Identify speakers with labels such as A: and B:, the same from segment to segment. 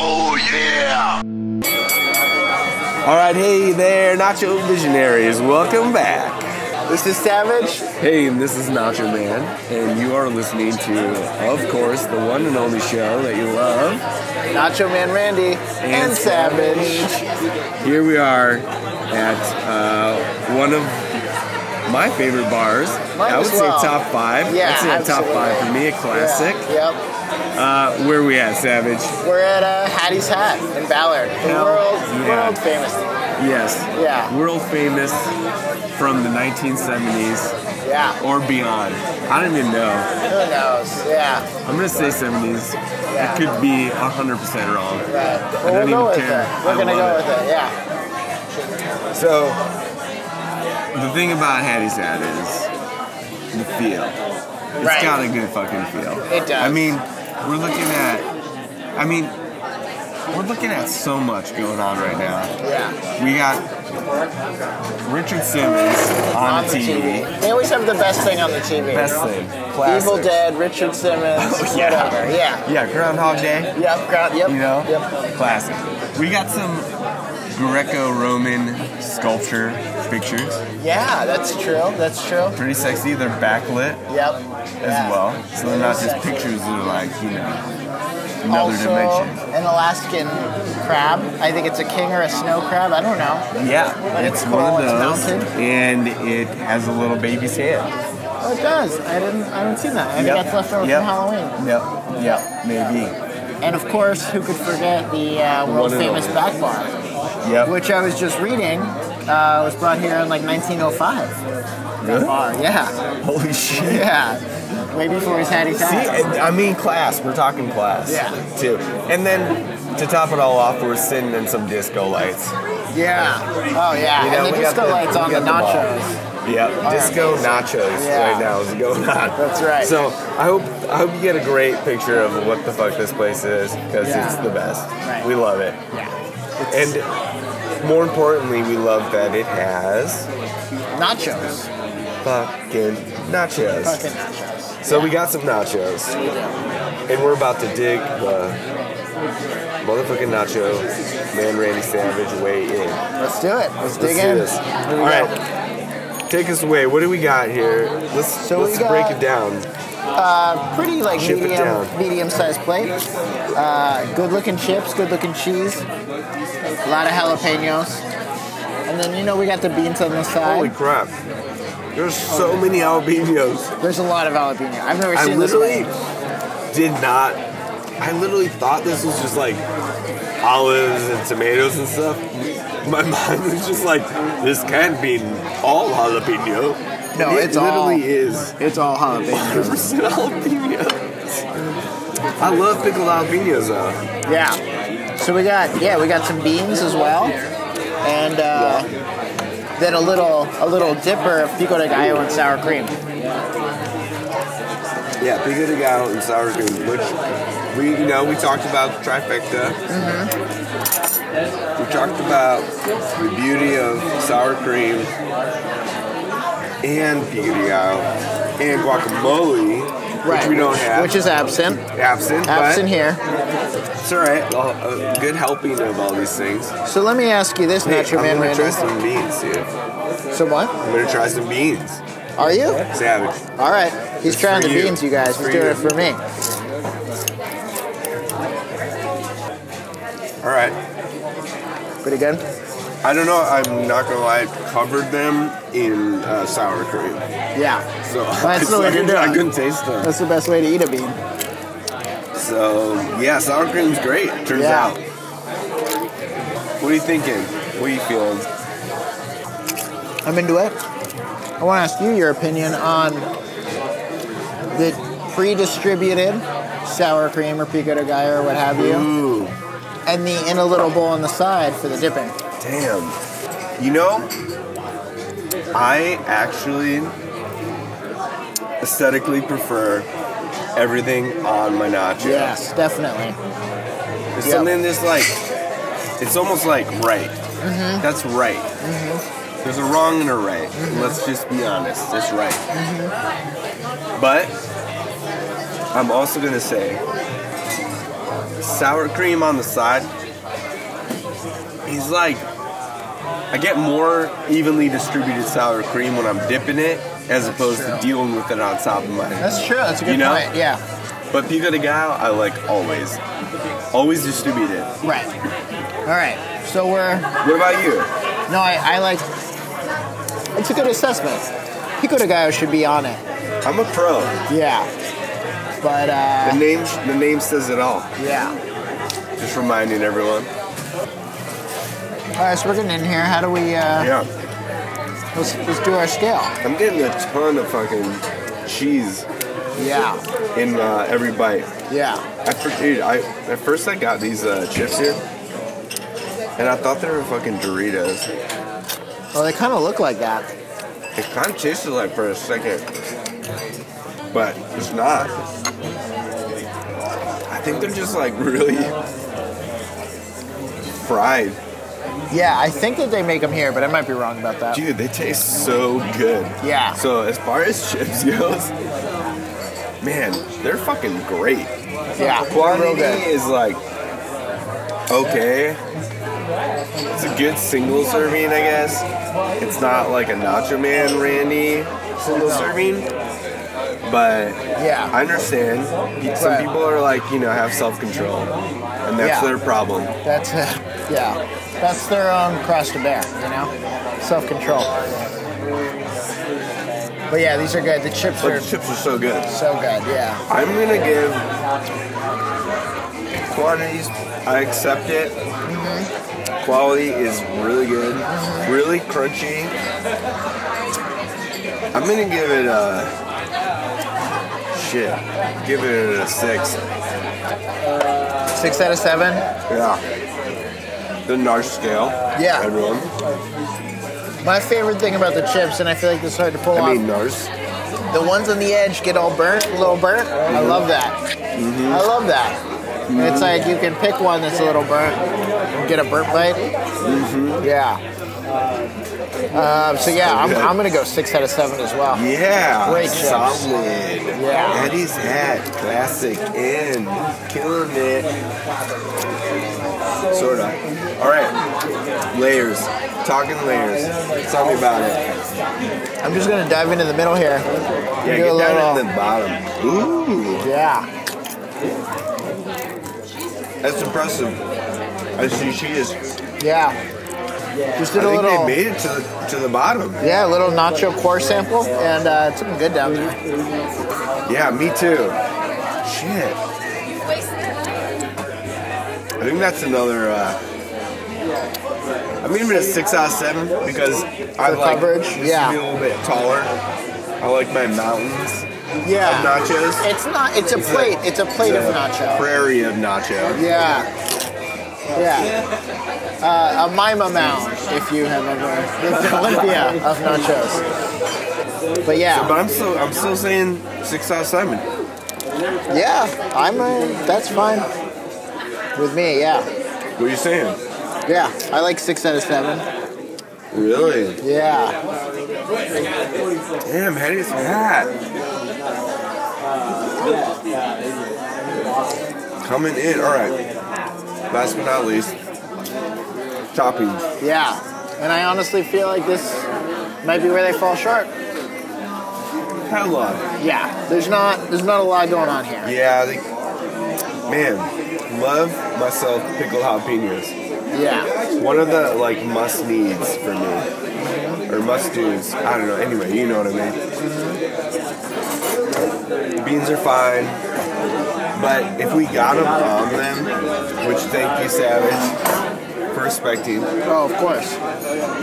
A: Oh,
B: All right, hey there, Nacho Visionaries. Welcome back.
C: This is Savage.
B: Hey, this is Nacho Man, and you are listening to, of course, the one and only show that you love.
C: Nacho Man Randy and, Savage.
B: Here we are at uh, one of my favorite bars.
C: Mine
B: I would
C: as well.
B: say top five.
C: Yeah,
B: I'd say a top
C: absolutely.
B: five for me, a classic.
C: Yeah,
B: Uh, where we at, Savage?
C: yep. We're at uh, Hattie's Hat in Ballard. The
B: Hell
C: world,
B: yeah.
C: world famous.
B: Yes.
C: Yeah.
B: World famous from the 1970s.
C: Yeah.
B: or beyond. I don't even know.
C: Who knows? Yeah.
B: I'm gonna say 70s. I could be 100% wrong. I
C: Right.
B: don't
C: Well, we'll go
B: even
C: with
B: care.
C: it. We're
B: I
C: gonna
B: love
C: go
B: it.
C: with it. Yeah.
B: So, the thing about Hattie's Hat is the feel. It's
C: Right.
B: got a good fucking feel.
C: It does.
B: I mean, we're looking at. I mean, we're looking at so much going on right now.
C: Yeah.
B: We got Richard Simmons on, the TV.
C: They always have the best thing on the TV.
B: Best thing.
C: Evil
B: Classic.
C: Dead, Richard Simmons,
B: Oh, yeah.
C: whatever. Yeah.
B: Yeah, Groundhog Day.
C: Yep, ground, yep.
B: You know?
C: Yep.
B: Classic. We got some Greco Roman sculpture pictures.
C: Yeah, that's true. That's true.
B: Pretty sexy. They're backlit
C: Yep.
B: as well. So they're not just pictures, they're like, you know, another
C: also,
B: dimension.
C: an Alaskan crab. I think it's a king or a snow crab. I don't know.
B: Yeah, it's
C: It's
B: one
C: cool,
B: of
C: it's
B: those.
C: mounted.
B: and it has a little baby's hand.
C: Oh, it does. I didn't. I haven't seen that. I think
B: Yep.
C: that's left over
B: Yep.
C: from Halloween.
B: Yep, yep, maybe.
C: And of course, who could forget the uh, world
B: One and
C: famous
B: only.
C: back bar,
B: Yep.
C: which I was just reading. Uh, was brought here in like 1905.
B: Really?
C: Bar, yeah,
B: Holy shit.
C: yeah. Way before his Hattie
B: See,
C: Time.
B: and- I mean class. We're talking class.
C: Yeah.
B: Too. And then to top it all off, we're sitting in some disco lights.
C: Yeah. Oh yeah.
B: You know,
C: and the
B: we got
C: disco
B: the-
C: lights
B: we
C: on the
B: got the ball.
C: nachos.
B: Yep, disco nachos
C: Yeah.
B: right now is going on.
C: That's right.
B: So I hope I hope you get a great picture of what the fuck this place is because
C: Yeah.
B: it's the best.
C: Right.
B: We love it,
C: yeah. It's
B: and more importantly, we love that it has
C: nachos.
B: fucking nachos.
C: Fucking nachos.
B: So we got some nachos, and we're about to dig the motherfucking nacho man Randy Savage way in.
C: Let's do it. Let's
B: Let's
C: dig
B: do
C: in.
B: this.
C: Here we
B: All
C: go.
B: right. Take us away. What do we got here? Let's
C: we
B: let's break
C: got-
B: it down.
C: pretty like
B: Chip it
C: medium
B: down.
C: medium sized plate. Uh, good looking chips, good looking cheese, a lot of jalapenos, and then you know we got the beans on the
B: Holy
C: side.
B: crap! There's so many jalapenos.
C: There's a lot of jalapeno. I've never
B: I
C: seen
B: literally
C: this. many.
B: did not. I literally thought this was just like olives and tomatoes and stuff. My mind was just like, this can't be all jalapeno.
C: No,
B: And it
C: it's all-
B: literally is
C: It's all jalapeno.
B: 100% jalapeno. I love pickled jalapenos though.
C: Yeah. So we got yeah we got some beans as well, and uh, then a little a little dipper of pico de gallo and sour cream.
B: Yeah, pico de gallo and sour cream, which we you know we talked about the trifecta. We talked about the beauty of sour cream and pico de gallo and guacamole, which we don't have,
C: Which is absent.
B: absent.
C: Absent
B: but
C: here.
B: it's all right. A a good helping of all these things.
C: So let me ask you this,
B: Hey,
C: Nacho
B: I'm
C: Man
B: gonna try
C: Randy.
B: some beans, dude.
C: So what?
B: I'm gonna try some beans.
C: Are you?
B: Savage.
C: All right, he's
B: It's
C: trying
B: for
C: the
B: you.
C: beans, you guys.
B: It's
C: He's
B: for
C: doing
B: you.
C: it for me.
B: All right.
C: Pretty good.
B: I don't know. I'm not gonna lie. Covered them in uh, sour cream.
C: Yeah,
B: So
C: That's the way to do
B: I
C: it.
B: couldn't taste them.
C: that's the best way to eat a bean.
B: So yeah, sour cream's great. Turns
C: Yeah.
B: out. What are you thinking? What are you feeling?
C: I'm into it. I want to ask you your opinion on the pre-distributed sour cream or pico de gallo or what have you,
B: Ooh,
C: and the in a little bowl on the side for the dipping.
B: damn. You know, I actually aesthetically prefer everything on my nachos.
C: Yes, definitely.
B: There's
C: Yep.
B: something that's like, it's almost like right. That's right. There's a wrong and a right. Let's just be honest. That's right. But I'm also gonna say, sour cream on the side is like I get more evenly distributed sour cream when I'm dipping it as opposed to dealing with it on top of my.
C: That's true. That's a good
B: You know?
C: point. Yeah.
B: But pico de gallo, I like always. Always distribute it.
C: Right. All right. So we're
B: What about you?
C: No, I, I like. It's a good assessment. Pico de Gallo should be on it.
B: I'm a pro.
C: Yeah. But
B: The
C: uh,
B: name, the name says it all.
C: yeah.
B: Just reminding everyone.
C: All right, so we're getting in here. How do we? Uh,
B: Yeah,
C: let's, let's do our scale.
B: I'm getting a ton of fucking cheese
C: Yeah.
B: in uh, every bite.
C: Yeah.
B: I for- dude, I at first I got these uh, chips here, and I thought they were fucking Doritos.
C: Well, they kind of look like that.
B: It kind of tasted like for a second, but it's not. I think they're just like really fried.
C: Yeah, I think that they make them here, but I might be wrong about that.
B: Dude, they taste so good.
C: Yeah.
B: So as far as chips goes, man, they're fucking great.
C: Yeah. Real
B: Quantity
C: good.
B: is like okay. It's a good single serving, I guess. It's not like a Nacho Man Randy single serving, but
C: Yeah.
B: I understand. Some
C: Right.
B: people are like, you know, have self control, and that's
C: Yeah.
B: their problem.
C: That's uh, yeah. That's their own cross to bear, you know. Self control. But yeah, these are good. The chips
B: But
C: are
B: the chips are so good.
C: so good. Yeah.
B: I'm gonna give quantities. I accept it. Quality is really good, really crunchy. I'm gonna give it a shit. Give it a six.
C: Six out of seven.
B: Yeah. The NARS scale.
C: Yeah.
B: Everyone.
C: My favorite thing about the chips, and I feel like this is hard to pull
B: I
C: off,
B: mean NARS.
C: the ones on the edge get all burnt, a little burnt. I love that.
B: Mm-hmm.
C: I love that. And It's like you can pick one that's a little burnt and get a burnt bite.
B: Mm-hmm.
C: Yeah. Um, so yeah, I'm,
B: good.
C: I'm gonna go six out of seven as well.
B: Yeah.
C: Great chips.
B: Solid.
C: Yeah.
B: Eddie's hat. Classic in. Killing it. Sorta. Alright. Layers. Talking layers. Tell me about it.
C: I'm just gonna dive into the middle here.
B: Yeah,
C: Do a
B: get down to
C: little-
B: the bottom. Ooh.
C: Yeah.
B: That's impressive. I see she is.
C: Yeah. Just did
B: I
C: a
B: think
C: little.
B: they made it to the to the bottom.
C: Yeah, a little nacho core sample, and uh, it's looking good down there.
B: Yeah, me too. Shit. I think that's another. Uh, I'm giving it a six out of seven because I
C: For
B: like
C: coverage?
B: this to
C: Yeah.
B: be a little bit taller. I like my mountains of
C: Yeah,
B: nachos.
C: it's not. It's a plate. It's a plate of
B: The
C: nacho.
B: Prairie of nacho.
C: Yeah. Yeah. Uh, a Mima Mound, if you have ever been to Olympia of nachos. But
B: But
C: yeah,
B: I'm still I'm still saying six out of seven.
C: yeah, I'm uh that's fine with me. Yeah,
B: What are you saying?
C: yeah, I like six out of seven.
B: Really?
C: Yeah,
B: Damn, how do you that? Coming in. All right. Last but not least, toppings.
C: yeah, and I honestly feel like this might be where they fall short.
B: Hella.
C: Yeah, there's not there's not a lot going on here.
B: Yeah, they, man, love myself pickled jalapenos.
C: Yeah,
B: One of the like must needs for me, or must do's. I don't know. Anyway, you know what I mean. Beans are fine, but if we got them on them, which thank you, Savage, for respecting.
C: oh of course.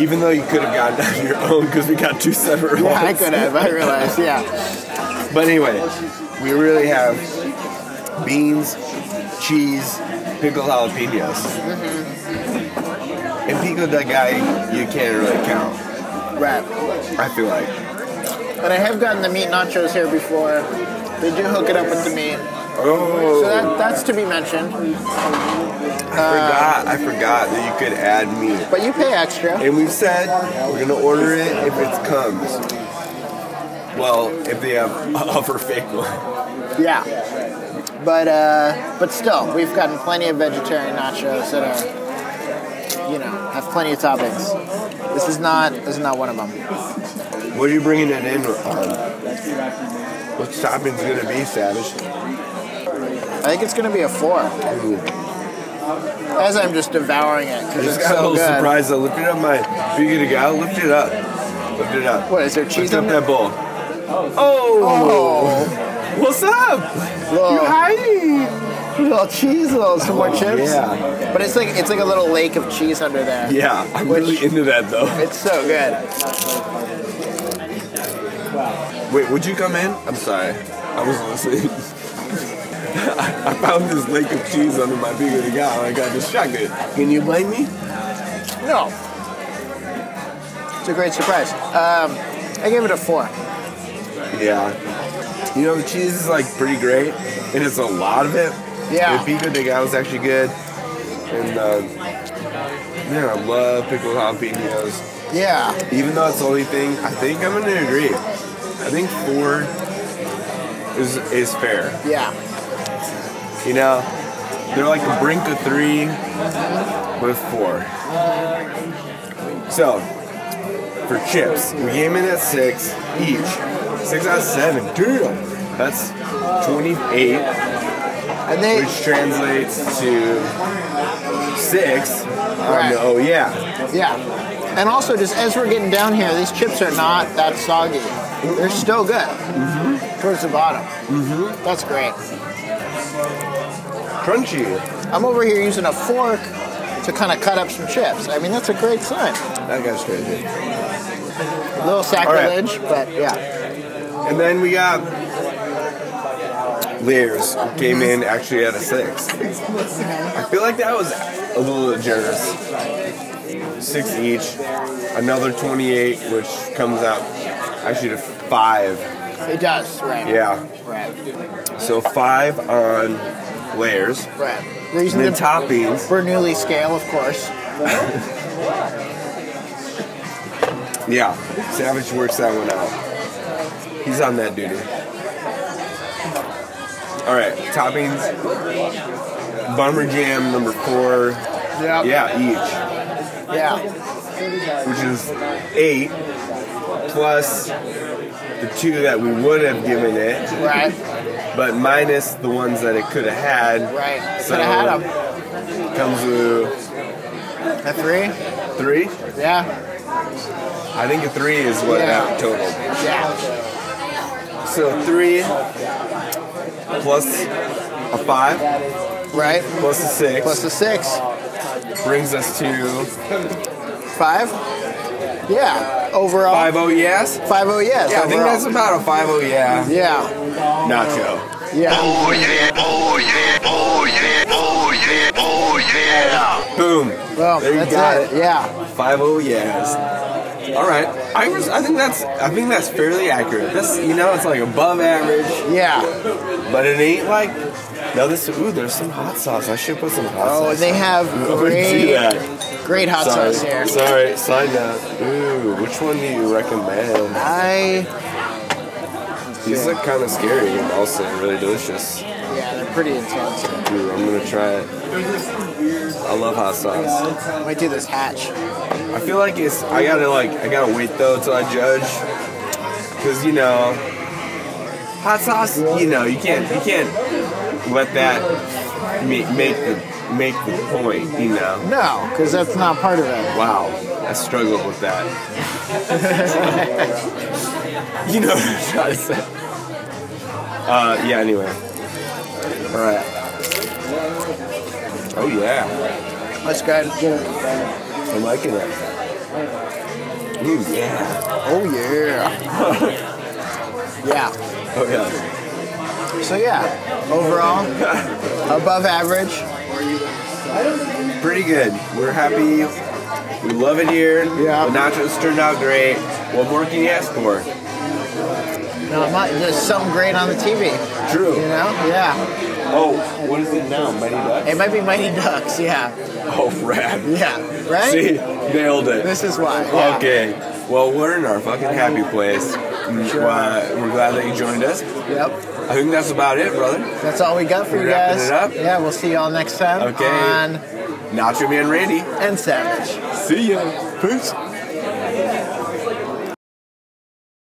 B: Even though you could have gotten on your own because we got two separate
C: Yeah,
B: ones.
C: I could have. I realized. Yeah,
B: But anyway, we really have beans, cheese, pickled jalapenos. And pico de gallo, you can't really count.
C: right.
B: I feel like.
C: But I have gotten the meat nachos here before. They do hook it up with the meat.
B: Oh,
C: So that, that's to be mentioned.
B: I forgot. I forgot that you could add meat.
C: But you pay extra.
B: And we've said we're gonna order it if it comes. Well, if they have offer fake one.
C: Yeah. But uh, but still, we've gotten plenty of vegetarian nachos that are, you know, have plenty of toppings. This is not. This is not one of them.
B: What are you bringing that in on? What's topping's gonna be, Savage?
C: I think it's gonna be a four. As I'm just devouring it because
B: Just
C: it's
B: got a
C: so
B: little
C: good.
B: surprise. I lifted up my finger to go. Lift it up. Lift it up.
C: What is there cheese
B: Lift
C: on
B: up
C: there?
B: that bowl. Oh.
C: Oh,
B: What's up? You
C: little,
B: hiding?
C: little cheese, little some more chips.
B: yeah.
C: But it's like it's like a little lake of cheese under there.
B: Yeah, I'm
C: Which-
B: really into that though.
C: It's so good.
B: Wait, would you come in? I'm sorry. I was listening. I I found this lake of cheese under my finger to go. I got distracted. Can you blame me?
C: No. It's a great surprise. Um, I gave it a four.
B: Yeah. You know, the cheese is like pretty great, and it's a lot of it.
C: Yeah.
B: The pico de gallo is actually good, and uh, man, I love pickled jalapenos.
C: Yeah.
B: Even though it's the only thing, I think I'm gonna agree. I think four is is fair.
C: Yeah.
B: You know, they're like the brink of three with four. So, for chips, we came in at six each. Six out of seven. Damn! That's 28,
C: And they
B: which translates to six.
C: Right.
B: on the Oh, yeah.
C: yeah. And also just as we're getting down here, these chips are not that soggy. They're still good. Mm-hmm. Towards the bottom. Mm-hmm. That's great.
B: Crunchy.
C: I'm over here using a fork to kind of cut up some chips. I mean, that's a great sign.
B: That guy's crazy.
C: A little sacrilege, but yeah.
B: And then we got Layers, who came in actually at a six. I feel like that was a little generous. Six each, another 28, which comes out actually to five.
C: It does. Right.
B: Yeah,
C: Right.
B: so five on Layers.
C: Right.
B: And
C: Reason
B: then
C: to
B: toppings,
C: Bernoulli scale, of course.
B: yeah, Savage works that one out. He's on that duty. All right, toppings. Bummer Jam number four. Yeah, each.
C: Yeah.
B: which is eight plus the two that we would have given it,
C: Right.
B: but minus the ones that it could have had.
C: Right.
B: So
C: Could have had them.
B: comes to
C: A three?
B: three.
C: Yeah.
B: I think a three is what
C: Yeah.
B: that total.
C: Yeah.
B: So three plus a five
C: Right?
B: plus a six
C: Plus Oh. the six.
B: brings us to
C: Five? Yeah. Overall?
B: five oh yes.
C: Five oh yes.
B: Yeah, I think
C: overall.
B: that's about a five oh yeah
C: yeah.
B: nacho.
C: Yeah.
A: Oh yeah, oh yeah, oh yeah, oh yeah, oh yeah.
B: Boom.
C: Well,
B: There you
C: that's
B: got
C: it. Yeah.
B: Five oh yes. All right. I was, I think that's I think that's fairly accurate. That's you know it's like above average,
C: Yeah.
B: but it ain't like. No, this ooh, there's some hot sauce. I should put some hot
C: Oh,
B: sauce.
C: and they have
B: Oh, do
C: great,
B: that.
C: great hot
B: Sorry,
C: sauce here.
B: sorry. Sign up. Ooh, which one do you recommend?
C: I.
B: These look kind of scary and also really delicious.
C: Yeah, they're pretty intense.
B: Ooh, I'm gonna try it. I love hot sauce.
C: I might do this hatch.
B: I feel like it's. I gotta like. I gotta wait though till I judge, because you know, hot sauce. You know, you can't. You can't let that make, make the make the point. You know.
C: No, because that's not part of it.
B: Wow, I struggled with that. you know what I'm trying to say. Uh, yeah. Anyway. All right. Oh yeah,
C: That's good.
B: I'm liking it. Ooh yeah.
C: Oh, yeah. yeah.
B: Oh yeah.
C: So, yeah. Overall, above average.
B: pretty good. We're happy. We love it here.
C: Yeah.
B: The nachos turned out great. What more can you ask for?
C: No, not just something great on the TV. You
B: True.
C: know? Yeah.
B: Oh, what is it now? Mighty Ducks?
C: It might be Mighty Ducks. Yeah.
B: Oh, rad.
C: Yeah. Right?
B: See, nailed it.
C: This is why. Yeah.
B: Okay. Well, we're in our fucking happy place. Mm, uh, we're glad that you joined us.
C: Yep.
B: I think that's about it, brother.
C: That's all we got for you
B: Wrapping
C: guys.
B: it up?
C: Yeah, we'll see y'all next time
B: Okay.
C: on
B: Nacho Man Randy.
C: And Savage.
B: See ya. Peace.